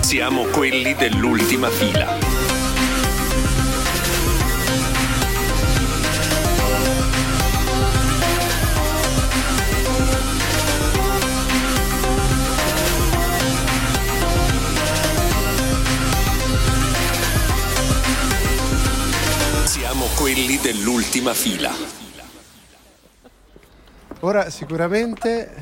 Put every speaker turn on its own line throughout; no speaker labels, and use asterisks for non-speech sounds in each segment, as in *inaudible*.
siamo quelli dell'ultima fila. Siamo quelli dell'ultima fila.
Ora sicuramente,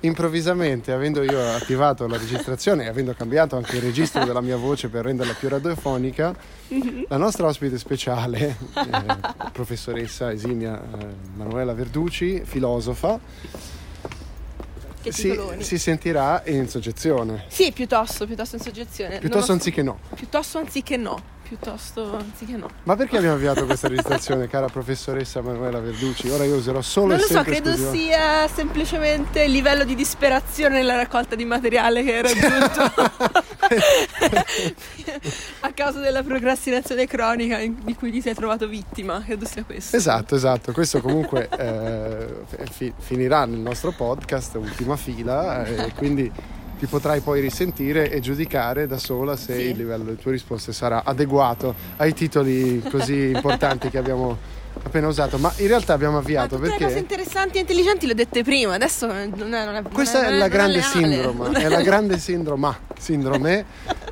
improvvisamente, avendo io attivato la registrazione e avendo cambiato anche il registro della mia voce per renderla più radiofonica, la nostra ospite speciale, eh, professoressa Esimia eh, Manuela Verducci, filosofa,
Che
si,
titoloni.
si sentirà in soggezione.
Sì, piuttosto, piuttosto in soggezione.
Piuttosto
Nonost-
anziché no.
piuttosto anziché no. Piuttosto anziché no.
Ma perché abbiamo avviato questa registrazione, cara professoressa Manuela Verducci? Ora io userò solo
Non
e
lo so,
sempre eh.
credo
esclusivo-
sia semplicemente il livello di disperazione nella raccolta di materiale che hai
*laughs*
raggiunto a causa della procrastinazione cronica in- di cui ti sei trovato vittima. Credo sia questo.
Esatto, esatto. Questo comunque *laughs* eh, f- fi- finirà nel nostro podcast, ultima fila, eh, e quindi ti potrai poi risentire e giudicare da sola se
Sì.
il livello delle tue risposte sarà adeguato ai titoli così importanti che abbiamo appena usato. Ma in realtà abbiamo
Ma
avviato
tutte le cose
perché.
interessanti e intelligenti le ho dette prima, adesso non è. Non è non è-
Questa
non
è
non
la grande
leale.
sindrome, è la grande sindroma, sindrome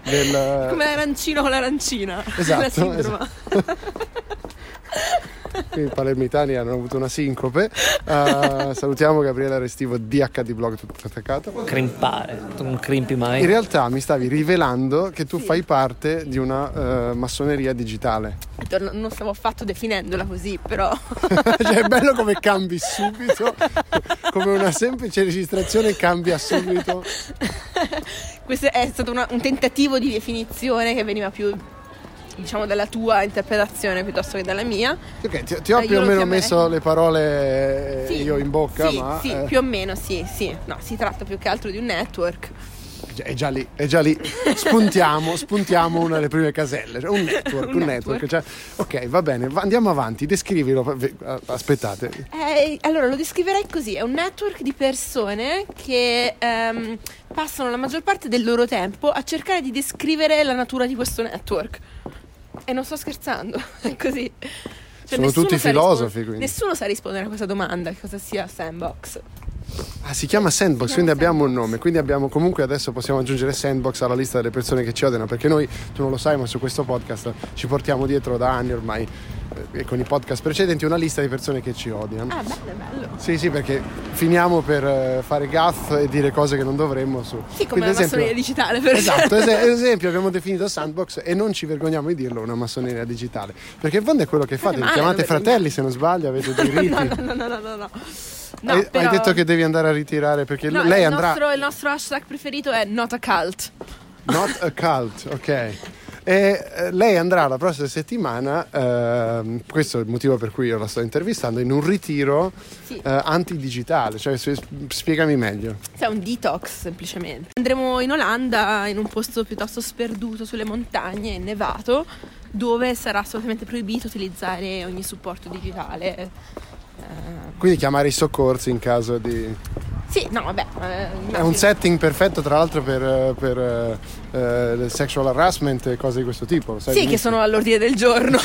del...
*laughs* Come l'arancino con l'arancina.
Esatto,
*laughs* La sindrome.
i palermitani hanno avuto una sincope. Eh, salutiamo Gabriele Restivo, DH di blog tutto attaccato.
crimpare, tu non crimpi
Eh.
In
mai.
realtà mi stavi rivelando che tu fai parte di una eh, massoneria
*laughs*
digitale.
Ritorno- Non stavo affatto definendola così, però.
cioè è bello come cambi subito, come una semplice registrazione cambia subito.
*laughs* Questo è stato una- un tentativo di definizione che veniva più diciamo dalla tua interpretazione piuttosto che dalla mia.
Ok, ti, ti ho
Eh,
più
io
o
lo
meno
chiamerei-
messo le parole eh,
Sì,
io in bocca,
sì,
ma
sì,
eh,
più o meno, sì, sì. No, si tratta più che altro di un network.
già- è già lì, è già lì. Spuntiamo, spuntiamo una delle prime caselle, cioè
*laughs*
un network, un,
Un
network.
network.
cioè- ok, va bene, va- andiamo avanti, descrivilo. ve- Aspettate,
Eh, allora lo descriverei così: è un network di persone che ehm, passano la maggior parte del loro tempo a cercare di descrivere la natura di questo network. E non sto scherzando, *laughs* è così. Cioè,
Sono
nessuno
tutti
sa
filosofi,
rispon-
quindi.
Nessuno sa rispondere a questa domanda, che cosa sia sandbox.
Ah, si chiama Sandbox,
Si
quindi
chiama
abbiamo un nome, quindi abbiamo comunque adesso possiamo aggiungere Sandbox alla lista delle persone che ci odiano, perché noi, tu non lo sai, ma su questo podcast ci portiamo dietro da anni ormai eh, e con i podcast precedenti una lista di persone che ci odiano.
Ah, bello, bello.
Sì, sì, perché finiamo per eh, fare gaff e dire cose che non dovremmo su.
Sì,
Quindi,
come la
ad esempio-
massoneria digitale,
*laughs*
per
Esatto, es- ad esempio abbiamo definito Sandbox e non ci vergogniamo di dirlo una massoneria digitale, perché in fondo è quello che fate, vi
male,
chiamate
non vergogna-
fratelli se non sbaglio, avete diritti.
*laughs* *laughs* No, no, no, no, no. No,
Hai- hai,
però-
detto che devi andare a ritirare perché
no,
lei
il
andrà...
Nostro, il nostro hashtag preferito è not a cult.
Not a cult, ok. E eh, lei andrà la prossima settimana, ehm, questo è il motivo per cui io la sto intervistando, in un ritiro
Sì.
eh, antidigitale, cioè se- spiegami meglio.
Cioè un detox semplicemente. Andremo in Olanda, in un posto piuttosto sperduto sulle montagne, innevato, dove sarà assolutamente proibito utilizzare ogni supporto digitale. Eh,
Quindi chiamare i soccorsi in caso di...
sì, no, vabbè. eh,
È un
immagino.
setting perfetto tra l'altro per, eh, per, eh, eh, il sexual harassment e cose di questo tipo. lo sai
Sì, che
benissimo.
sono all'ordine del
*laughs*
giorno.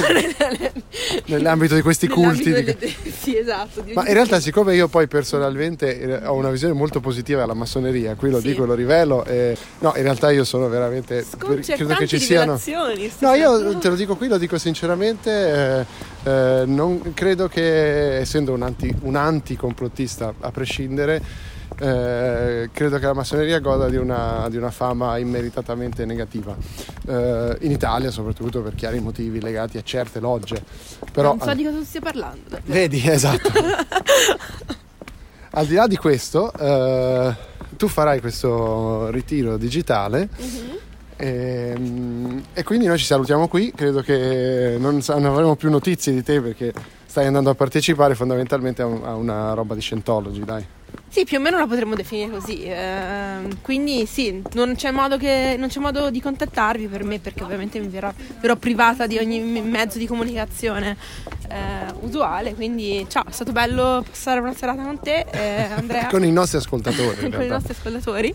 Nell'ambito di questi culti. di-
Nell'ambito delle- *laughs* Sì, esatto. di
Ma in
ogni-
realtà, siccome io poi personalmente eh, ho una visione molto positiva della massoneria, qui lo
Sì.
dico, lo rivelo. eh, no, in realtà io sono veramente. Credo che ci
Sconcertanti
siano.
cioè, rivelazioni. sto
No, io
cercando.
te lo dico qui, lo dico sinceramente, eh, eh, non credo che, essendo un, anti, un anticomplottista a prescindere, eh, credo che la massoneria goda di una, di una fama immeritatamente negativa, Eh, in Italia soprattutto per chiari motivi legati a certe logge. Però,
Non so di cosa tu stia parlando. davvero.
Vedi, *laughs* esatto. Al di là di questo, eh, tu farai questo ritiro digitale.
Mm-hmm.
ehm, E, quindi noi ci salutiamo qui. Credo che non, sa- non avremo più notizie di te perché stai andando a partecipare fondamentalmente a, un- a una roba di Scientology, dai.
Sì, più o meno la potremmo definire così. ehm, quindi sì, non c'è, modo che- non c'è modo di contattarvi per me perché ovviamente mi verrò, verrò privata di ogni me- mezzo di comunicazione eh, usuale. Quindi ciao, è stato bello passare una serata con te,
*laughs*
eh, Andrea,
con i nostri ascoltatori. in
*laughs* con i
realtà.
nostri
*laughs*
ascoltatori.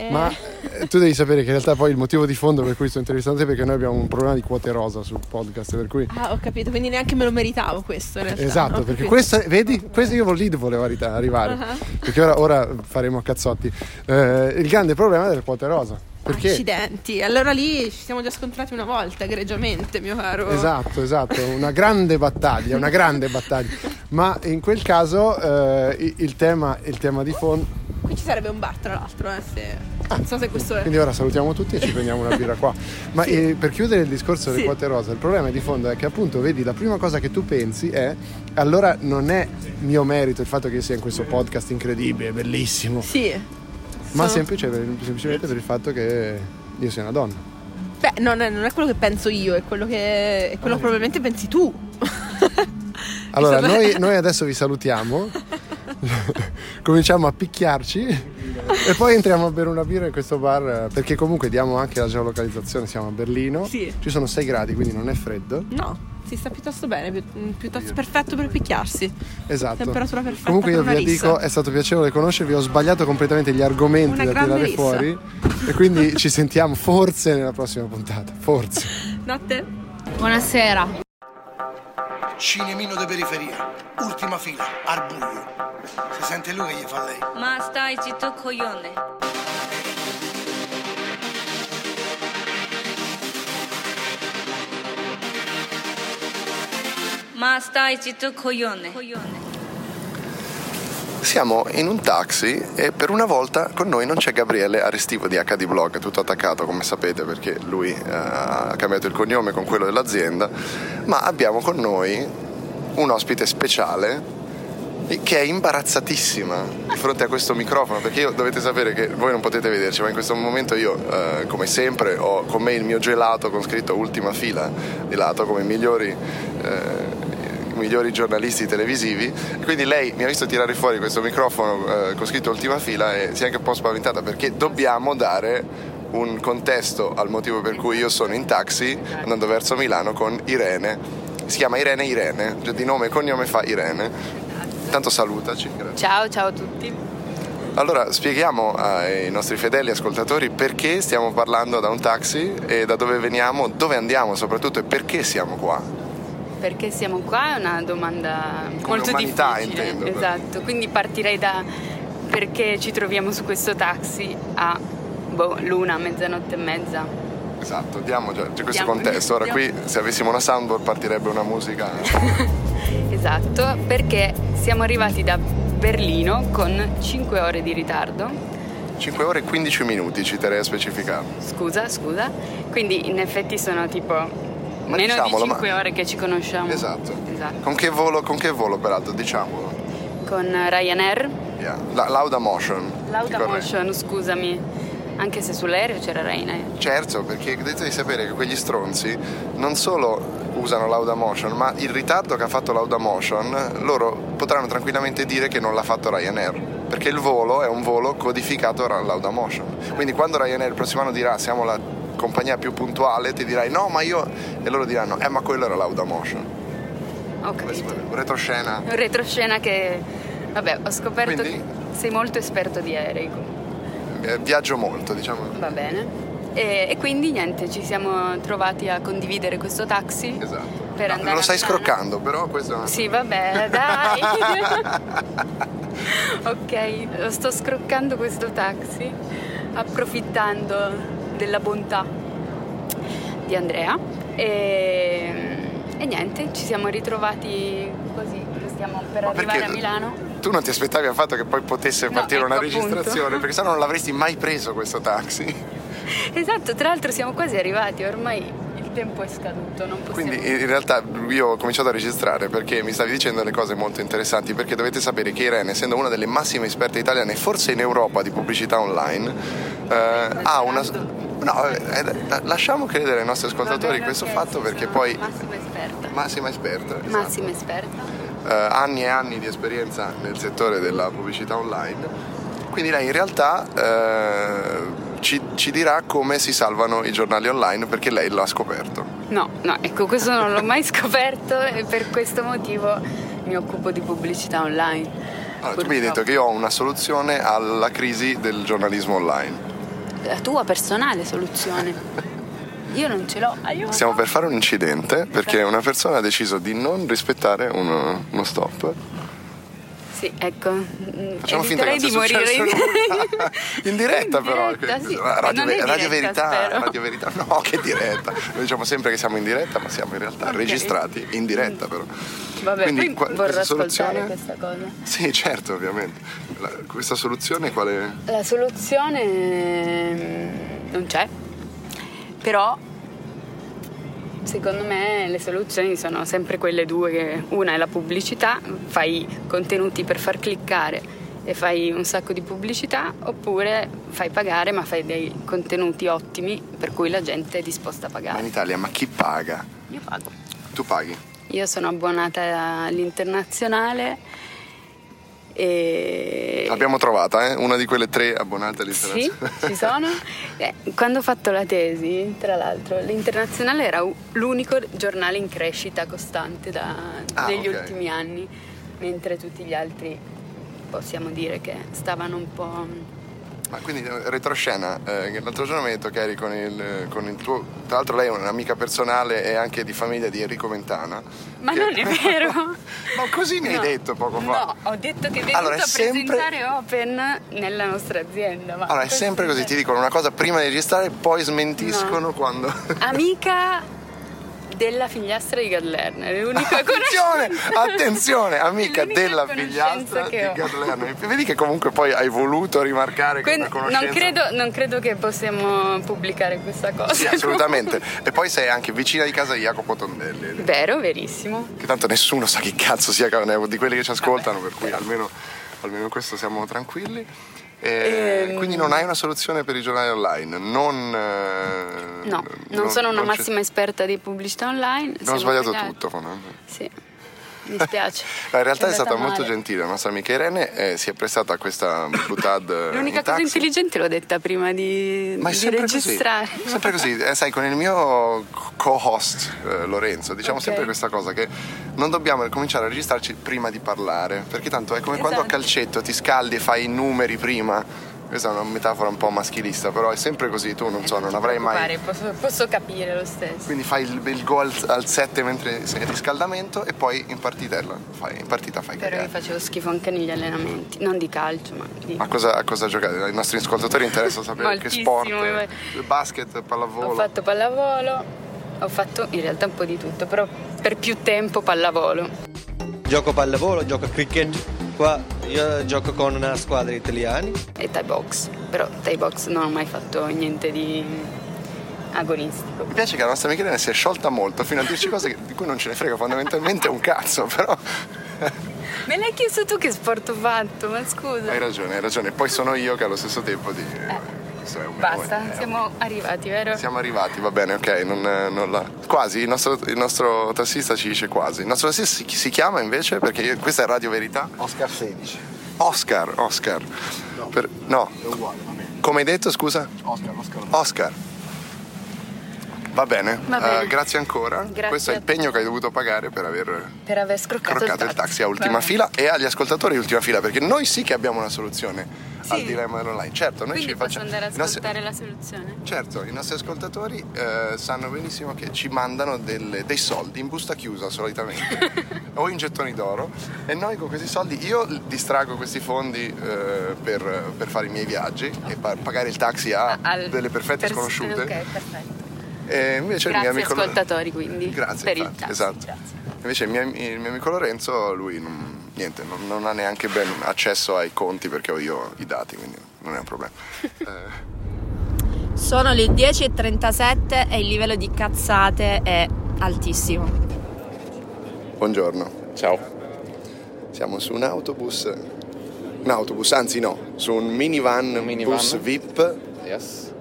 Eh,
Ma eh, tu devi sapere che in realtà poi il motivo di fondo per cui sto intervistando te è perché noi abbiamo un problema di quote rosa sul podcast, per cui
Ah, ho capito, quindi neanche me lo meritavo questo. in realtà. Ho
Esatto, perché
capito.
questo, vedi, questo io lì volevo arri- arrivare,
Ah.
perché ora, ora faremo cazzotti. Eh, il grande problema delle quote rosa, perché...
Accidenti, allora lì ci siamo già scontrati una volta, egregiamente, mio caro.
Esatto, esatto, una grande battaglia, una grande battaglia. Ma in quel caso eh, i- il, tema, il tema di fondo...
Qui ci sarebbe un bar, tra l'altro, eh, se... non so se questo è...
Ah, Quindi ora salutiamo tutti e ci prendiamo una birra qua. Ma eh, per chiudere il discorso delle
Sì.
quote rosa, il problema di fondo è che appunto, vedi, la prima cosa che tu pensi è allora non è mio merito il fatto che io sia in questo podcast incredibile, bellissimo,
Sì.
Ma
Sono-
semplice- semplicemente per il fatto che io sia una donna.
Beh, non è, non è quello che penso io, è quello che... è quello che probabilmente pensi
*laughs*
tu.
Allora,
Insomma-
noi, noi adesso vi salutiamo,
*laughs*
cominciamo a picchiarci e poi entriamo a bere una birra in questo bar eh, perché comunque diamo anche la geolocalizzazione, siamo a Berlino,
Sì.
ci sono 6 gradi quindi non è freddo.
No, si sta piuttosto bene, pi- mm, piuttosto perfetto per picchiarsi.
Esatto.
Temperatura perfetta
Comunque io
per una
vi
rissa.
dico, è stato piacevole conoscervi, ho sbagliato completamente gli argomenti
Una
da tirare
grande rissa.
fuori e quindi ci sentiamo forse nella prossima puntata, forse.
Notte.
Buonasera.
Cinemino de periferia, ultima fila, al buio. Se sente lui che gli fa lei.
Ma stai zitto coglione. Ma stai zitto coglione. coglione.
Siamo in un taxi e per una volta con noi non c'è Gabriele Aristivo di HD Blog, tutto attaccato come sapete perché lui eh, ha cambiato il cognome con quello dell'azienda, ma abbiamo con noi un ospite speciale che è imbarazzatissima di fronte a questo microfono perché io dovete sapere che voi non potete vederci ma in questo momento io eh, come sempre ho con me il mio gelato con scritto ultima fila di lato come i migliori eh, i migliori giornalisti televisivi e quindi lei mi ha visto tirare fuori questo microfono eh, con scritto ultima fila e si è anche un po' spaventata perché dobbiamo dare un contesto al motivo per cui io sono in taxi andando verso Milano con Irene si chiama Irene Irene cioè di nome e cognome fa Irene Tanto salutaci, grazie.
Ciao, ciao a tutti.
Allora, spieghiamo ai nostri fedeli ascoltatori perché stiamo parlando da un taxi e da dove veniamo, dove andiamo soprattutto e perché siamo qua.
Perché siamo qua? È una domanda molto
umanità,
difficile.
intendo.
Esatto, quindi partirei da perché ci troviamo su questo taxi a boh, l'una, mezzanotte e mezza.
Esatto, diamo già c'è questo
Diamo-
contesto. Ora
diamo-
qui se avessimo una soundboard partirebbe una musica.
Esatto, perché siamo arrivati da Berlino con 5 ore di ritardo.
5 ore e 15 minuti, ci terei a specificare.
Scusa, scusa. Quindi in effetti sono tipo meno
diciamolo,
di
ma-
5 ore che ci conosciamo.
Esatto.
Esatto.
Con che volo, con che volo peraltro, diciamolo.
Con Ryanair
Yeah. La, Lauda Motion. ti correggo.
Laudamotion, scusami, anche se sull'aereo c'era Raina. eh.
Certo, perché devi sapere che quegli stronzi non solo usano Laudamotion, ma il ritardo che ha fatto Laudamotion loro potranno tranquillamente dire che non l'ha fatto Ryanair, perché il volo è un volo codificato da Laudamotion. Quindi quando Ryanair il prossimo anno dirà siamo la compagnia più puntuale, ti dirai no, ma io e loro diranno "Eh, ma quello era Laudamotion".
Ho
Questo
capito.
vabbè, un retroscena.
Un retroscena che... Vabbè, ho scoperto
Quindi?
che sei molto esperto di aerei. comunque.
Eh, Viaggio molto, diciamo.
Va bene. E, e quindi niente, ci siamo trovati a condividere questo taxi.
Esatto.
Per
No,
andare
lo
a
stai
Milano.
scroccando, però questo è una-
Sì, vabbè,
*laughs*
dai. ok, lo sto scroccando questo taxi, approfittando della bontà di Andrea. E, e niente, ci siamo ritrovati così, stiamo per
Ma
arrivare
perché
a Milano.
Tu non ti aspettavi al fatto che poi potesse
No,
partire una
ecco,
registrazione,
appunto.
perché sennò non l'avresti mai preso questo taxi.
*laughs* Esatto, tra l'altro siamo quasi arrivati, ormai il tempo è scaduto, non possiamo...
Quindi in realtà io ho cominciato a registrare perché mi stavi dicendo le cose molto interessanti, perché dovete sapere che Irene, essendo una delle massime esperte italiane, forse in Europa di pubblicità online, eh, ha una... No, eh, eh, lasciamo credere ai nostri
Va
ascoltatori
bene,
questo
ok,
fatto
sì,
perché
sono
poi...
Massima esperta.
Massima esperta. esatto.
Massima esperta.
eh, anni e anni di esperienza nel settore della pubblicità online. Quindi lei in realtà eh, ci, ci dirà come si salvano i giornali online perché lei l'ha scoperto.
No, no, ecco, questo non l'ho mai *laughs* scoperto e per questo motivo mi occupo di pubblicità online.
Allora, Ah, tu mi hai detto che io ho una soluzione alla crisi del giornalismo online.
Purtroppo. La tua personale
*laughs*
soluzione. Io non ce l'ho, aiuto.
Stiamo per fare un incidente perché una persona ha deciso di non rispettare uno, uno stop.
Sì, ecco. mm,
Facciamo finta che
eviterei
non sia
di morire
successo
*laughs*
nulla. *laughs* In diretta
In
però.
diretta,
che-
sì. Eh,
radio,
Non è diretta,
Radio Verità,
spero.
Radio Verità. *laughs* No, che diretta. Noi diciamo sempre che siamo in diretta, ma siamo in realtà
Ok.
registrati in diretta però.
Vabbè,
Quindi
poi
qua-
vorrò
questa
ascoltare
soluzione?
questa cosa.
Sì, certo, ovviamente. La- questa soluzione quale
La soluzione mm, non c'è, però secondo me le soluzioni sono sempre quelle due, che una è la pubblicità, fai contenuti per far cliccare e fai un sacco di pubblicità, oppure fai pagare ma fai dei contenuti ottimi per cui la gente è disposta a
Ma in
pagare.
Italia, ma chi paga?
Io pago.
Tu paghi.
Io sono abbonata all'internazionale e...
L'abbiamo trovata, eh? Una di quelle tre abbonate
Sì,
all'internazionale.
ci
*laughs*
sono. Eh, quando ho fatto la tesi, tra l'altro, l'Internazionale era u- l'unico giornale in crescita costante da-
Ah,
degli
ok.
ultimi anni, mentre tutti gli altri possiamo dire che stavano un po'... mm,
Ma quindi eh, retroscena, eh, che l'altro giorno mi hai detto che eri con il, con il tuo. Tra l'altro lei è un'amica personale e anche di famiglia di Enrico Mentana.
Ma
che-
non è vero!
*laughs* Ma così mi hai
No.
detto poco fa.
No, ho detto che è venuto
Allora, è
a
sempre-
presentare Open nella nostra azienda. ma
Allora, è
questo
sempre così, ti dicono una cosa prima di registrare, poi smentiscono quando.
*laughs*
*laughs*
Amica della figliastra di Gadlerner, è l'unica
*laughs* Attenzione,
conoscenza-
attenzione, amica
l'unica
della
conoscenza
figliastra di
che ho.
Gadlerno. Vedi che comunque poi hai voluto rimarcare
Quindi
quella conoscenza.
non credo, non credo che possiamo pubblicare questa cosa.
Sì, assolutamente. E poi sei anche vicina di casa di Jacopo Tondelli.
Vero, verissimo.
Che tanto nessuno sa chi cazzo sia Cavaneo, di quelli che ci ascoltano, per cui almeno, almeno in questo siamo tranquilli. E
Ehm.
Quindi non hai una soluzione per i giornali online? Non, eh,
No, non sono una
c'è-
massima esperta di pubblicità online.
Non
siamo
ho sbagliato
fidati.
tutto, fondamentalmente.
Sì, mi spiace.
*laughs* No, in realtà è,
andata
stata molto
male.
gentile, la nostra amica Irene eh, si è prestata a questa blutad. eh,
L'unica
in
cosa
taxi.
intelligente l'ho detta prima di,
Ma è
di
sempre
registrare.
così, sempre così. Eh, sai, con il mio co-host eh, Lorenzo diciamo
Ok.
sempre questa cosa che non dobbiamo cominciare a registrarci prima di parlare, perché tanto è come quando a
Esatto.
calcetto ti scaldi e fai i numeri prima. Questa è una metafora un po' maschilista, però è sempre così, tu non so, non avrai mai...
Pare, posso, posso capire lo stesso.
Quindi fai il, il gol al 7 mentre sei in riscaldamento e poi in partitella, fai, in partita fai
Però io
cagare.
facevo schifo anche negli allenamenti, non di calcio, ma di...
Ma cosa, a cosa giocate? Ai nostri ascoltatori interessa sapere che
Moltissimo,
sport,
ma-
il basket, pallavolo.
Ho fatto pallavolo, ho fatto in realtà un po' di tutto, però per più tempo pallavolo.
Gioco pallavolo, gioco a cricket. Qua io gioco con una squadra italiana.
e Thai box, però Thai box non ho mai fatto niente di agonistico.
Mi piace che la nostra amica Irene si è sciolta molto fino a dirci cose che- di cui non ce ne frega fondamentalmente un cazzo, però
Me l'hai chiesto tu che sport ho fatto, ma scusa.
hai ragione, hai ragione. Poi sono io che allo stesso tempo di... questo è un-
Basta,
eh,
siamo arrivati, vero?
Siamo arrivati, va bene, ok, non, eh, non la... Quasi, il nostro, il nostro tassista ci dice quasi. Il nostro tassista si, si chiama invece, perché io- questa è Radio Verità,
Oscar 16.
Oscar, Oscar. No, no.
uguale, va bene.
come hai detto, scusa?
Oscar, Oscar.
Oscar. Va bene,
Va bene.
eh, grazie ancora.
Grazie
Questo è
a
il pegno che hai dovuto pagare per aver
Per aver scroccato,
croccato il taxi a ultima
Vabbè.
fila e agli ascoltatori di ultima fila perché noi sì che abbiamo una soluzione al
Sì.
dilemma dell'online certo noi
Quindi
ci
posso
facciamo
andare ad
i nostri-
ascoltare la soluzione.
certo i nostri ascoltatori eh, sanno benissimo che ci mandano delle- dei soldi in busta
*laughs*
chiusa solitamente o in gettoni d'oro e noi con questi soldi io distrago questi fondi eh, per, per fare i miei viaggi e pa- pagare il taxi a
Ah, Al-
Ah, delle perfette
pers-
sconosciute
Ok, perfetto.
e invece il
Grazie
mio amico
ascoltatori, quindi,
Grazie,
per il
infatti,
taxi,
esatto.
grazie.
Invece il mio, il mio amico Lorenzo, lui non, niente, non, non ha neanche ben accesso ai conti perché ho io i dati, quindi non è un problema. Eh,
Sono le 10.37 e il livello di cazzate è altissimo.
buongiorno. Ciao. Siamo su un autobus, un autobus, anzi no, su un minivan,
Minivan.
bus VIP
Yes.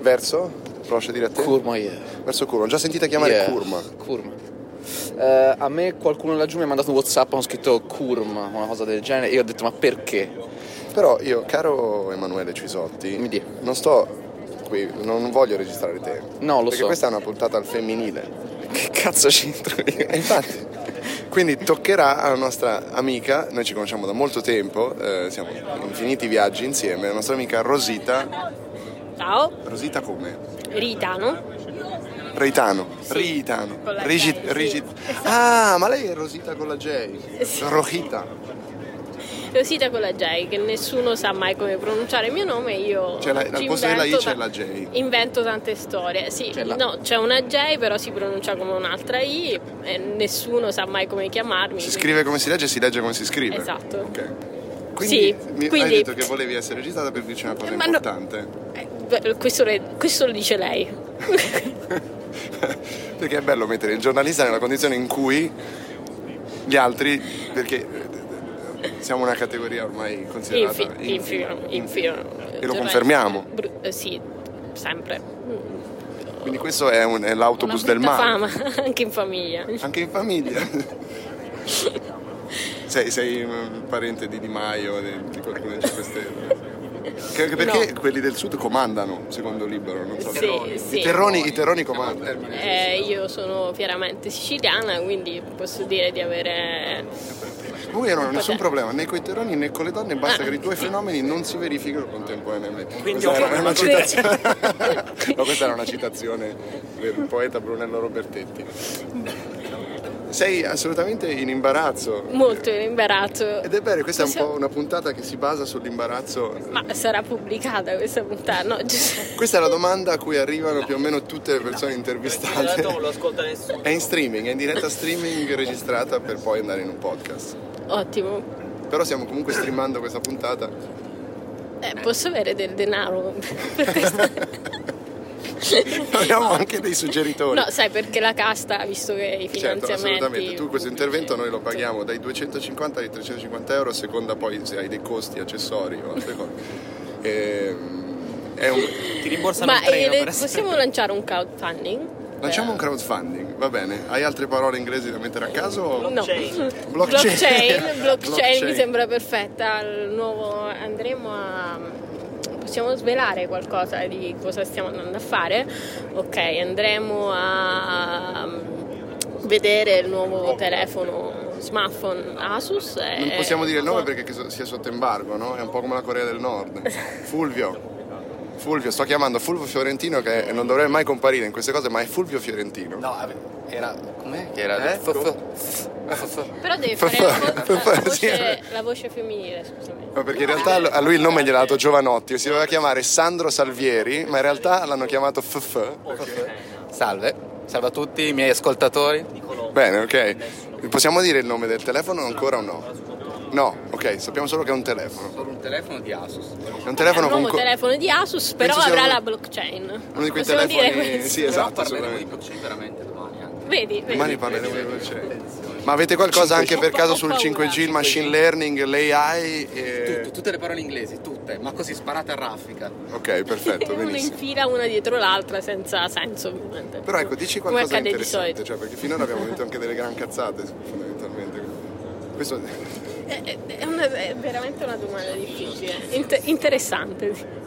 verso, proce dire a te,
Kurma, yeah.
verso Curma. Ho già sentita chiamare
Yeah.
Curma.
Kurma.
Eh, a me qualcuno laggiù mi ha mandato un WhatsApp, hanno scritto Kurm, una cosa del genere, e io ho detto ma perché?
Però io, caro Emanuele Cisotti, non sto qui, non voglio registrare te.
No, lo
perché
so.
questa è una puntata al femminile.
Che cazzo c'entro io?
Infatti. Quindi toccherà alla nostra amica, noi ci conosciamo da molto tempo, eh, siamo infiniti viaggi insieme, la nostra amica Rosita.
Ciao,
Rosita come?
Ritano.
Reitano. Ritano.
Con la J,
Rigit,
sì. Esatto.
Rigit. Ah, ma lei è Rosita con la J. Rojita.
Rosita con la J, che nessuno sa mai come pronunciare il mio nome, io
Cioè, la- al
ci
posto della I
invento
c'è
ta-
la J.
Invento tante storie, sì,
C'è la-
no, c'è una J però si pronuncia come un'altra I e nessuno sa mai come chiamarmi.
Si scrive come si legge e si legge come si scrive.
Esatto.
Quindi
Sì,
mi hai
quindi-
detto che volevi essere registrata per dirci una cosa
Ma no.
importante.
Beh, Questo, le- questo lo dice lei.
Perché è bello mettere il giornalista nella condizione in cui gli altri, perché eh, siamo una categoria ormai considerata
Infi- infino, infino.
e lo confermiamo.
Bru- eh, sì, sempre.
Quindi questo è, un- è
Una
l'autobus del
brutta
mare.
fama, anche in famiglia.
Anche in famiglia.
*laughs*
Sei, sei un parente di Di Maio, di, di qualcuno del 5
*laughs*
Stelle. Che- che perché quelli del sud comandano, secondo Libero, non so.
Sì,
Terroni.
sì.
I terroni, i terroni comandano.
Eh, io sono fieramente siciliana, quindi posso dire di avere...
Comunque io non ho nessun problema né con i terroni né con le donne, basta che i due fenomeni non si verifichino contemporaneamente.
Quindi
questa
ho
era una
fatto-
citazione. *laughs* no, questa era una citazione del poeta Brunello Robertetti. Sei assolutamente in imbarazzo.
Molto imbarazzo.
Ed è bene, questa è un po' una puntata che si basa sull'imbarazzo.
Ma sarà pubblicata questa puntata? No, Giuseppe.
Questa è la domanda a cui arrivano più o meno tutte le persone intervistate. Non lo ascolta nessuno. È in streaming, è in diretta streaming registrata per poi andare in un podcast.
Ottimo.
Però stiamo comunque streamando questa puntata.
Eh, posso avere del denaro?
Abbiamo anche dei suggeritori.
No, sai, perché la casta, visto che i
Certo,
finanziamenti...
assolutamente. Tu questo intervento noi lo paghiamo dai 250 ai 350 euro, a seconda poi se hai dei costi accessori o altre cose. Ehm, è un... Ti rimborsano
Ma eh, le- possiamo lanciare un crowdfunding?
Lanciamo un crowdfunding, va bene. Hai altre parole inglesi da mettere a caso?
No.
*laughs* Blockchain.
Blockchain, blockchain, mi
Blockchain.
sembra perfetta. Il nuovo andremo a. Possiamo svelare qualcosa di cosa stiamo andando a fare? Ok, andremo a um, vedere il nuovo telefono smartphone Asus. eh, e-
Non possiamo dire il nome perché che so- sia sotto embargo, no? È un po' come la Corea del Nord. Fulvio. Fulvio, sto chiamando Fulvio Fiorentino che non dovrebbe mai comparire in queste cose, ma è Fulvio Fiorentino. No, era. com'è?
Che era
Eh?
del FF.
Però devi
Fa-
fare
fa-
la, vo-
fa-
la
sì.
voce, la voce femminile, scusami.
No, perché in realtà a lui il nome gli ha dato Giovanotti, si doveva chiamare Sandro Salvieri, ma in realtà l'hanno chiamato FF.
Salve, salve a tutti i miei ascoltatori.
Bene, ok. Possiamo dire il nome del telefono ancora o no? No, ok, sappiamo solo che è un telefono.
Un telefono di Asus.
È un telefono
il nuovo
con co-
telefono di Asus, però
sia
avrà
uno-
la blockchain.
uno di quei
Possiamo dire
telefoni.
questo.
Sì, esatto,
parleremo di
assolutamente.
blockchain veramente domani anche.
Vedi, vedi.
Domani parleremo di blockchain. Ma avete qualcosa anche per caso sul 5G, il machine learning, l'AI?
Tutto, tutte le parole inglesi, tutte, ma così sparate a raffica.
Ok,
*laughs*
*laughs*
perfetto,
una in
benissimo.
fila una dietro l'altra senza senso ovviamente.
Però ecco, dici
Come
qualcosa di
accade di
interessante, cioè, perché finora abbiamo detto anche delle gran cazzate, fondamentalmente. Questo
È, è- è una- è veramente una domanda difficile, Inter- interessante. sì.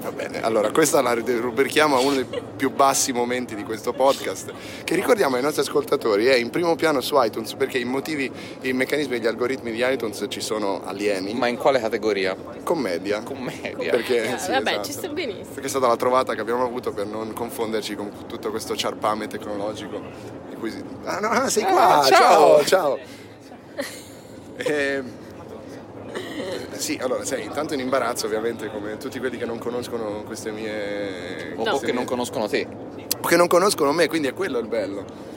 Va bene, allora questa la rubrichiamo a uno dei più bassi momenti di questo podcast, che ricordiamo ai nostri ascoltatori è in primo piano su iTunes, perché i motivi, i meccanismi e gli algoritmi di iTunes ci sono alieni. Ma in quale categoria? Commedia. Commedia. Perché,
Eh,
Ah,
sì,
vabbè,
esatto.
ci sta benissimo.
Perché è stata la trovata che abbiamo avuto per non confonderci con tutto questo ciarpame tecnologico. di cui si- Ah no, ah, sei qua!
Ah, ciao.
ciao! ciao. Ehm, eh, sì, allora, sei intanto in imbarazzo ovviamente come tutti quelli che non conoscono queste mie...
O che non conoscono te.
O che non conoscono me, quindi è quello il bello.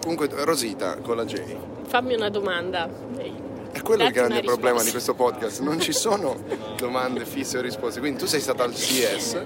Comunque, Rosita, con la J,
Fammi una domanda.
è quello il
Datti una
grande problema
risposta.
di questo podcast, non ci sono *laughs* domande fisse o risposte, quindi tu sei stata al CS,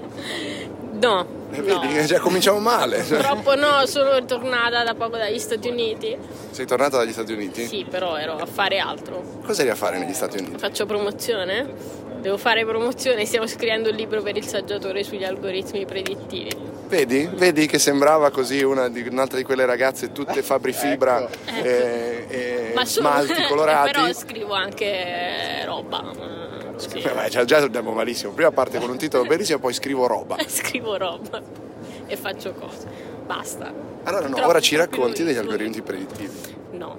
No,
e vedi, che già cominciamo male.
purtroppo no, sono tornata da poco dagli Stati Uniti.
Sei tornata dagli Stati Uniti?
Sì, però ero a fare altro.
Cosa eri a fare negli Stati Uniti?
Faccio promozione? Devo fare promozione, stiamo scrivendo il libro per il saggiatore sugli algoritmi predittivi.
Vedi? Vedi che sembrava così una di- un'altra di quelle ragazze tutte Fabri Fibra e,
*laughs*
e
sono-
smalti colorati.
*laughs* però scrivo anche roba. ma
Beh,
Scrivo,
ma già, già andiamo malissimo. Prima parte con un titolo bellissimo, poi scrivo roba.
*laughs* scrivo roba e faccio cose. Basta.
Allora, no,
Troppo
ora ci
troppo
racconti degli
egoismo.
algoritmi predittivi.
No,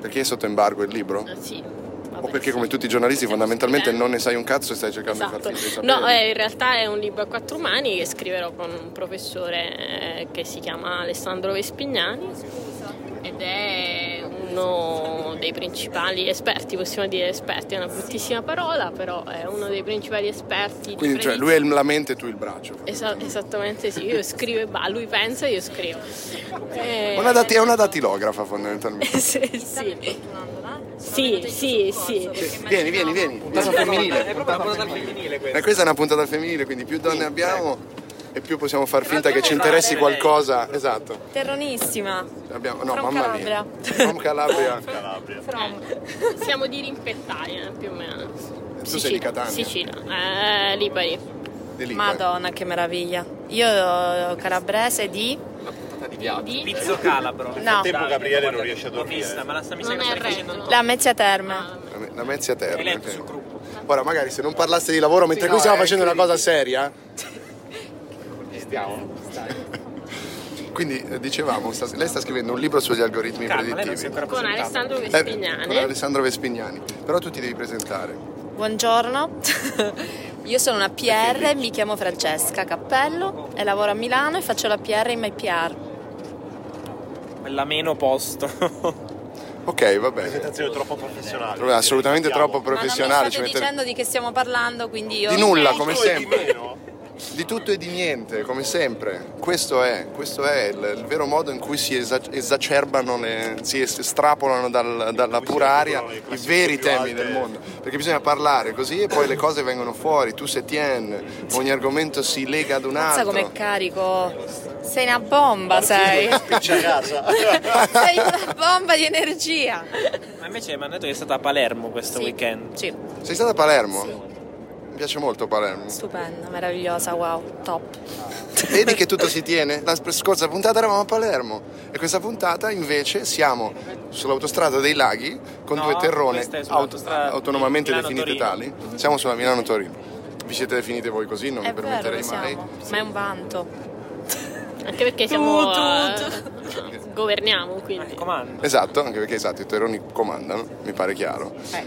Perché è sotto embargo il libro?
eh, sì.
O perché, come tutti i giornalisti, fondamentalmente non ne sai un cazzo e stai cercando
Esatto.
di far finta di
No,
saperlo.
eh, in realtà è un libro a quattro mani che scriverò con un professore eh, che si chiama Alessandro Vespignani ed è uno dei principali esperti, possiamo dire esperti, è una bruttissima parola, però è uno dei principali esperti. di
Quindi, cioè,
predizione.
lui è il- la mente e tu il braccio.
Esa- esattamente sì, io scrivo e ba- lui pensa e io scrivo. Eh,
Una dati- è una datilografa,
*laughs*
fondamentalmente.
sì, sì. Sì, sì, sì.
Vieni, vieni, vieni.
Puntata femminile,
Ma questa è una puntata al femminile, quindi più donne abbiamo e più possiamo far finta che ci interessi qualcosa. Esatto.
Terronissima.
Abbiamo, no,
From
mamma mia.
Calabria.
From Calabria.
Eh, Siamo di rimpettaia più o meno.
Tu
Sicilia,
sei di Catania.
Sicilia, eh, Lipari.
Di Lipari.
Madonna, che meraviglia. Io eh, calabrese di...
Pizzo calabro.
Nel frattempo
Gabriele non riesce a dormire. ma la sta mi sa che stai facendo un
La Mezzia
Ah,
Terme.
La me- La Mezzia Terme. ok. Ora, magari se non parlaste di lavoro
Sì,
mentre qui
no,
stiamo
eh,
facendo una
quindi-
cosa seria. Quindi eh, dicevamo, sta- lei sta scrivendo un libro sugli algoritmi predittivi.
Con Alessandro
Eh,
Vespignani.
con Alessandro Vespignani. Però tu ti devi presentare.
Buongiorno, io sono una PR, mi chiamo Francesca Cappello e lavoro a Milano e faccio la PR in MyPR.
po'. La meno posto.
Ok, va bene.
Presentazione troppo professionale.
Tro- Assolutamente troppo
Ma
professionale.
non mi
ci
state
mette-
dicendo di che stiamo parlando, quindi io...
Di nulla, come sempre. Di tutto e di niente, come sempre. Questo è, questo è il, il vero modo in cui si esa- esacerbano, le- si es- estrapolano dal- dalla pura aria i veri temi del mondo. Perché bisogna parlare così e poi le cose vengono fuori, tu se tiene, ogni argomento si lega ad un
Pensa com'è
altro.
carico. Sei una bomba, sei.
Spiccia casa.
*laughs* sei una bomba di energia.
Ma invece mi hanno detto che è stata a Palermo questo weekend.
Sì.
Sei stata a Palermo? Mi piace molto Palermo.
Stupenda, meravigliosa, wow, top.
Vedi
*laughs*
che tutto si tiene? La sp- scorsa puntata eravamo a Palermo e questa puntata invece siamo sull'autostrada dei laghi con
No,
due terrone
questa è
aut-
sull'autostrada
autonomamente
di Milano
definite tali.
Torino.
Siamo sulla Milano-Torino. Vi siete definite voi così, non
È
vi
vero
permetterei
che
mai.
siamo, ma è un vanto.
Anche perché siamo. eh, governiamo quindi.
Comando.
Esatto, anche perché esatto, i terroni comandano, mi pare chiaro. Eh,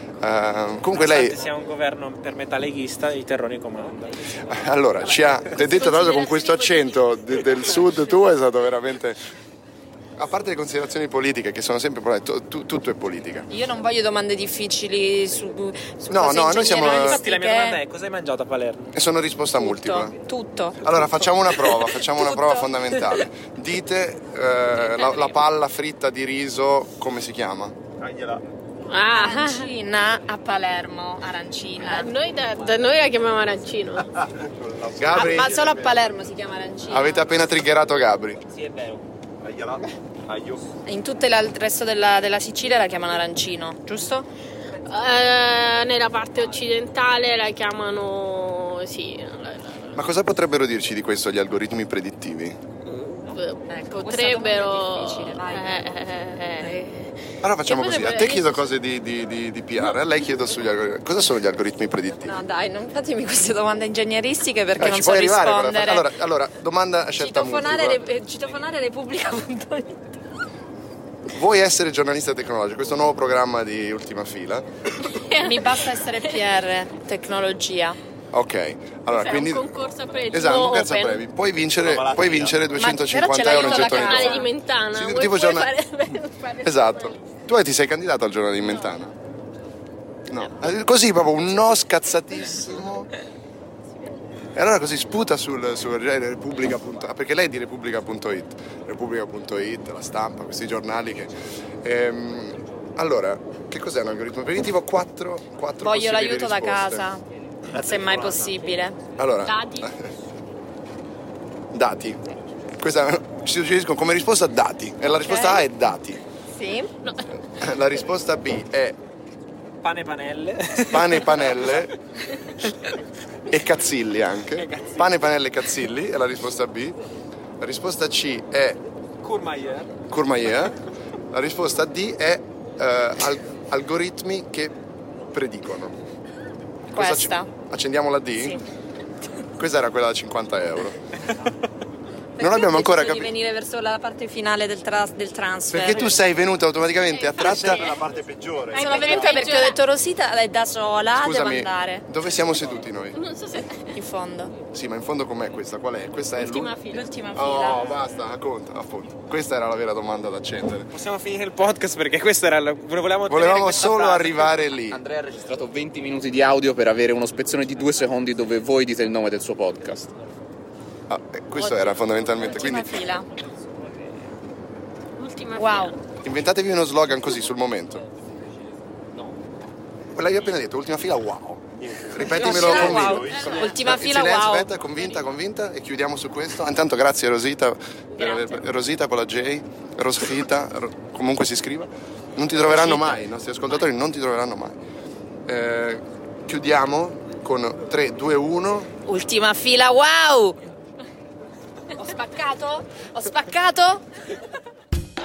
comunque
Nonostante
lei
sia un governo per metà leghista, i terroni comandano.
allora ci ha ti ha detto tra l'altro con questo accento de- del sud tu è stato veramente. A parte le considerazioni politiche che sono sempre politiche, tutto è politica.
Io non voglio domande difficili su, su
No,
cose
no, noi siamo-
Infatti la mia domanda
ingegneristiche.
è cosa hai mangiato a Palermo?
E sono risposta multipla.
Tutto.
Allora facciamo una prova, facciamo una prova fondamentale. Dite eh, la, la palla fritta di riso come si chiama?
Arancina a Palermo, arancina.
Eh, Noi da, da noi la chiamiamo arancino.
Ah,
Gabri,
Ma solo a Palermo si chiama arancina.
avete appena triggerato Gabri.
Sì, è vero.
In tutto il resto della, della Sicilia la chiamano arancino, giusto?
Eh, nella parte occidentale la chiamano. Sì.
Ecco,
Ma cosa potrebbero dirci di questo gli algoritmi predittivi?
potrebbero.
eh,
eh.
Eh,
Allora facciamo
Che
così,
potrebbero
a te
dirci?
chiedo cose di, di- di- di PR, a lei chiedo sugli algoritmi. Cosa sono gli algoritmi predittivi?
No, dai, non fatemi queste domande ingegneristiche perché
Dai,
non
ci
so
puoi arrivare con la
rispondere.
fa- allora, allora, domanda a scelta multipla.
Citofonare, re- eh, citofonare Repubblica.it
Vuoi essere giornalista tecnologico? Questo nuovo programma di ultima fila.
Mi basta essere PR, tecnologia.
Ok, allora quindi...
concorso a premi.
Esatto,
No,
un cazzo
open.
premi. Puoi vincere, puoi vincere
Ma- però
250
ce l'hai
euro in
con la
gettoni.
canale di
d'oro.
Mentana.
Sì,
vuoi-
tipo
puoi
giorna-
fare- fare-
Esatto. Tu eh, ti sei candidato al giornale di Mentana? No. Eh, Così proprio un no scazzatissimo. E allora così sputa sul, sul genere Repubblica. punto- ah, Perché lei è di Repubblica.it. Repubblica.it, la stampa, questi giornali che... Ehm, allora, che cos'è un algoritmo predittivo? Quattro, quattro
Voglio
possibili
l'aiuto da
risposte.
casa, se mai possibile.
Allora, *laughs* dati. Questa ci suggeriscono come risposta dati. E la risposta A è dati.
Sì.
*laughs* La risposta B è
Pane e panelle.
pane e panelle. E Cazzilli anche. Pane, panelle e Cazzilli è la risposta B. La risposta C è
Courmayeur.
Courmayeur. La risposta D è eh, al- algoritmi che predicono. Questa ci-
Questa.
Accendiamo la D? Questa era quella da 50 euro. non abbiamo ancora
Deciso
capito.
di venire verso la parte finale del, tras- del transfer.
Perché tu sei venuta automaticamente attratta.
Questa è la parte peggiore.
Sono venuta perché ho detto Rosita è da sola, devo
Scusami,
andare.
dove siamo seduti noi?
Non so se in fondo.
Sì, ma in fondo com'è questa? Qual è? Questa è l'ultima.
fila. L'ultima fila.
Oh, basta, racconta, appunto. Questa era la vera domanda da accendere.
Possiamo finire il podcast perché questa era la... volevamo,
Volevamo solo arrivare lì.
Andrea ha registrato 20 minuti di audio per avere uno spezzone di due secondi dove voi dite il nome del suo podcast.
Ah, questo era fondamentalmente.
Ultima
Quindi
fila.
Ultima
wow.
inventatevi uno slogan così sul momento. No. Quella che io ho appena detto, ultima fila, wow. Ripetimelo
Ultima
con
fila,
me.
wow. Ultima fila,
Silenzio,
wow.
Aspetta, convinta, convinta e chiudiamo su questo. Ah, Intanto grazie Rosita, per aver- Rosita con la J, Rosita, Ro- comunque si scriva. Non ti troveranno
Rosita.
mai, i nostri ascoltatori non ti troveranno mai. Eh, chiudiamo con 3, 2, 1.
Ultima fila, wow! Ho spaccato? Ho spaccato?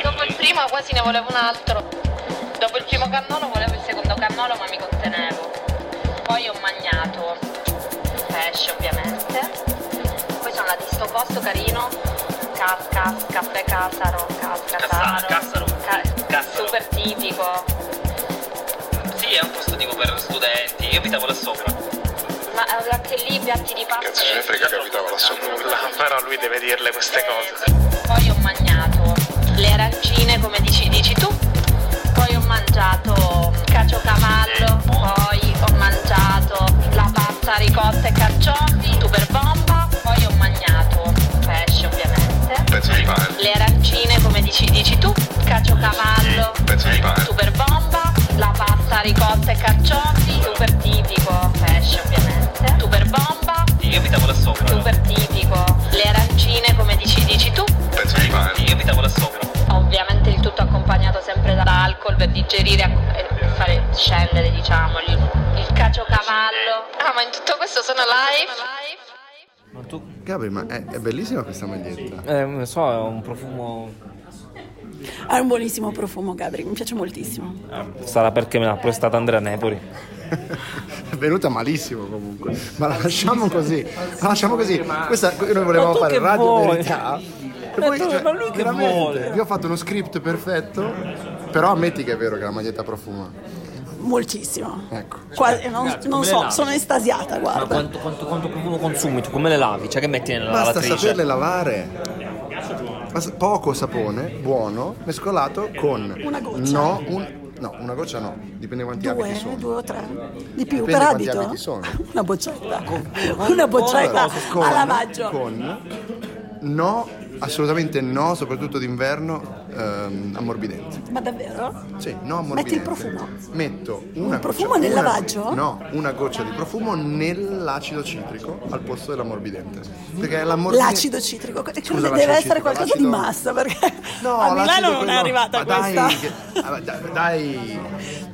Dopo il primo quasi ne volevo un altro. Dopo il primo cannolo volevo il secondo cannolo ma mi contenevo. Poi ho mangiato pesce ovviamente. Poi sono andata in sto posto carino. Casca, caffè casaro, casca casaro. Ca- super tipico.
Sì, è un posto tipo per studenti, io abitavo là sopra.
Ma eh, anche lì piatti di pasta.
Cazzo, ce ne frega che abitavo là sopra.
Però lui deve dirle queste cose.
Eh, Poi ho mangiato le arancine come dici, dici tu. Poi ho mangiato caciocavallo, poi ho mangiato la pasta ricotta e carciofi, super bomba, poi ho mangiato pesce ovviamente.
Pezzo di pane.
Le arancine come dici, dici tu, caciocavallo,
Pezzo di pane.
super bomba, la pasta ricotta e carciofi, super tipico, pesce ovviamente, super bomba,
Io abitavo là sopra.
super tipico, le arancine come dici, dici tu,
Pezzo di pane. Io abitavo là sopra.
Ovviamente il tutto accompagnato sempre dall'alcol per digerire e fare scendere, diciamo, il, il caciocavallo. Ah, ma in tutto questo sono live?
Gabri, ma è, è bellissima questa maglietta.
Eh, non so, è un profumo.
Ha un buonissimo profumo, Gabri, mi piace moltissimo.
Sarà perché me l'ha prestata Andrea Nepoli.
È venuta malissimo comunque. Ma la lasciamo così. La lasciamo così. Questa noi
Ma
volevamo
tu
fare
che
radio
vuoi?
verità. E cioè,
Ma tu- ma lui che
veramente,
vuole?
Vi ho fatto uno script perfetto. Però ammetti Ah, che è vero che la maglietta profuma.
Moltissimo.
Ecco.
Qua- non non
come le
so,
lavi?
sono estasiata,
Ma
guarda.
quanto, quanto, quanto profumo consumi? Tu come le lavi? Cioè, che metti nella
Basta
lavatrice?
saperle lavare. Basta- poco sapone, buono, mescolato con
Una goccia.
No, un- no, una goccia no, dipende quanti abiti
Due,
sono.
due o tre. Di più,
Dipende
per
quanti
abito?
abiti sono.
*laughs* Una boccetta. Una boccetta
Con-
a lavaggio.
Con no, assolutamente no, soprattutto d'inverno, ehm, ammorbidente.
Ma davvero?
Sì, no
Metti
ammorbidente.
il profumo.
Metto una
Un profumo
goccia-
nel
una-
lavaggio?
No, una goccia di profumo nell'acido citrico al posto dell'ammorbidente. Perché è
L'acido citrico, credo
Scusa,
deve
l'acido
essere
citrico,
qualcosa di
l'acido-
massa perché *laughs*
No,
a Milano
l'acido
non è
quello-
arrivata
ma
questa.
Dai, che- ah, dai, dai.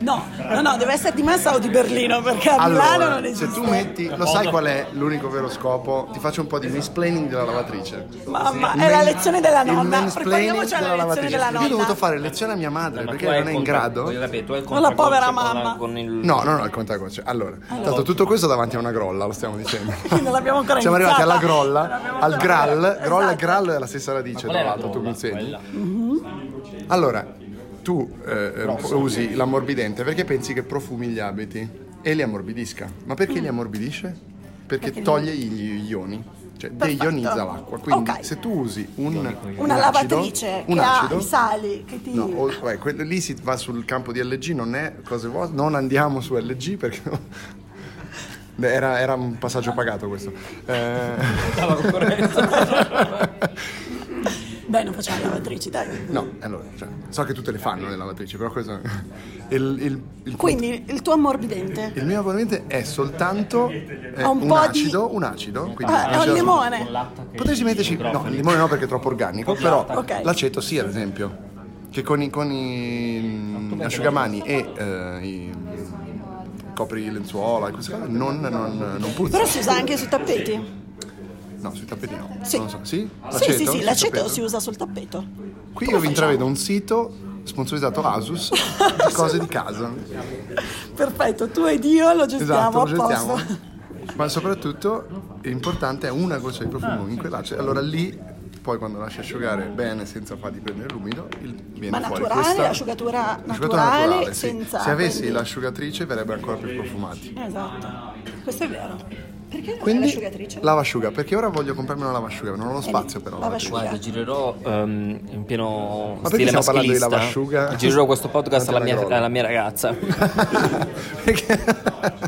No, no, no, deve essere di massa o di Berlino perché a Milano non
Allora,
esiste.
se tu metti, lo sai qual è l'unico vero scopo? Ti faccio un po' di misplaining della lavatrice.
Mamma,
Il
è la
men-
lezione della
il
nonna.
mansplaining
Prepariamoci alla lezione della
Io ho dovuto
nonna.
fare lezione a mia madre
Ma
perché
tu hai
non è
il
in
contra-
grado.
voglio capire, tu hai il
Non la povera
contracconscio con la-
mamma.
con il-
No, no, no, il contagocce. Allora, tanto tutto questo davanti a una grolla, lo stiamo dicendo.
Non l'abbiamo ancora
Siamo arrivati alla
iniziata.
grolla, al gral.
Esatto.
Grolla e grall è la stessa radice,
qual
tra
è la
l'altro, tu mi
grolla?
insegni. Allora, tu eh, eh, usi l'ammorbidente perché pensi che profumi gli abiti e li ammorbidisca. Ma perché li ammorbidisce? Perché,
Mm. Perché li-
toglie gli ioni, cioè deionizza l'acqua. Quindi
Ok.
se tu usi un, un
Una
acido-
lavatrice
un
che
acido,
ha i sali che ti.
No, o- vabbè, quello lì si va sul campo di LG, non è cose vuote, non andiamo su LG perché Beh, era, era un passaggio pagato questo. Eh, *laughs*
Beh, non facciamo le lavatrici, dai.
no, allora, cioè, so che tutte le fanno le lavatrici, però questo *laughs* il, il, il
Quindi il tuo ammorbidente.
Il mio abbonamento è soltanto eh,
Ha un
un,
po' di-
acido, un acido, quindi
Ah, è un
acido-
limone.
Potresti metterci no, il limone no perché è troppo organico, però
Ok.
l'aceto sì, ad esempio, che con i, con i mm, asciugamani e eh, i copri lenzuola e così via, non, non, non puzza.
Però si usa anche sui tappeti.
No, sui tappeti no.
Sì.
Non lo so. Sì?
Sì, sì,
Sui
sì, l'aceto
tappeti?
si usa sul tappeto.
Qui io vi intravedo un sito sponsorizzato
*laughs*
Asus di cose di casa.
Perfetto, tu ed io lo
Esatto, lo
gestiamo apposta.
gestiamo. Ma soprattutto l'importante è una goccia di profumo in quell'acido. Allora lì, poi quando lasci asciugare bene senza farti prendere l'umido, il- viene
Ma
fuori
naturale,
questa.
asciugatura
asciugatura
naturale,
sì.
senza...
Se avessi
quindi-
l'asciugatrice verrebbe ancora più profumati.
Esatto, questo è vero. Perché non è
Quindi
l'asciugatrice?
lavasciuga, perché ora voglio comprarmi una lavasciuga, non ho lo
Eh,
spazio però.
lavasciuga.
Guarda, girerò ehm, in pieno
Ma perché
stile
stiamo parlando di
maschilista.
lavasciuga?
Girerò questo podcast alla
Davanti alla
mia,
grolla.
alla mia ragazza.
*laughs*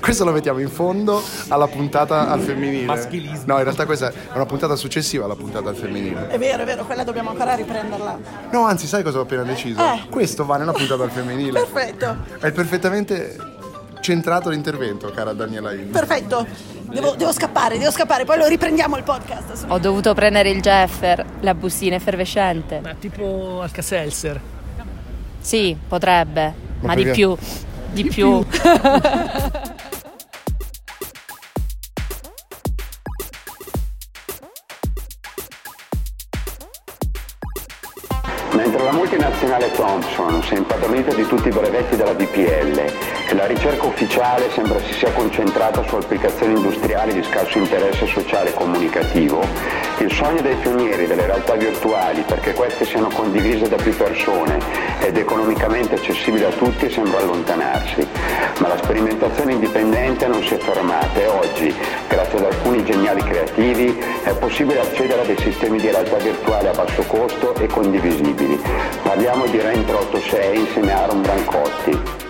Questo lo mettiamo in fondo alla puntata al femminile.
Maschilismo.
No, in realtà questa è una puntata successiva alla puntata al femminile.
È vero, è vero, quella dobbiamo ancora riprenderla.
No, anzi, sai cosa ho appena deciso?
Eh.
Questo va nella puntata al femminile.
*laughs* Perfetto,
Hai perfettamente centrato l'intervento, cara Daniela Hill.
perfetto. Devo, devo scappare, devo scappare, poi lo riprendiamo il podcast.
Ho dovuto prendere il Jeffer, la bustina effervescente.
Ma tipo Alcaselser.
Sì, potrebbe,
Ma
ma, di
perché?
più, di, più.
Mentre la multinazionale Thomson si è impadronita di tutti i brevetti della DPL e la ricerca ufficiale sembra si sia concentrata su applicazioni industriali di scarso interesse sociale e comunicativo, il sogno dei pionieri delle realtà virtuali perché queste siano condivise da più persone ed economicamente accessibili a tutti sembra allontanarsi. Ma la sperimentazione indipendente non si è fermata e oggi, grazie ad alcuni geniali creativi, è possibile accedere a dei sistemi di realtà virtuale a basso costo e condivisibili. Parliamo di Rent 86 insieme a Aaron Brancotti.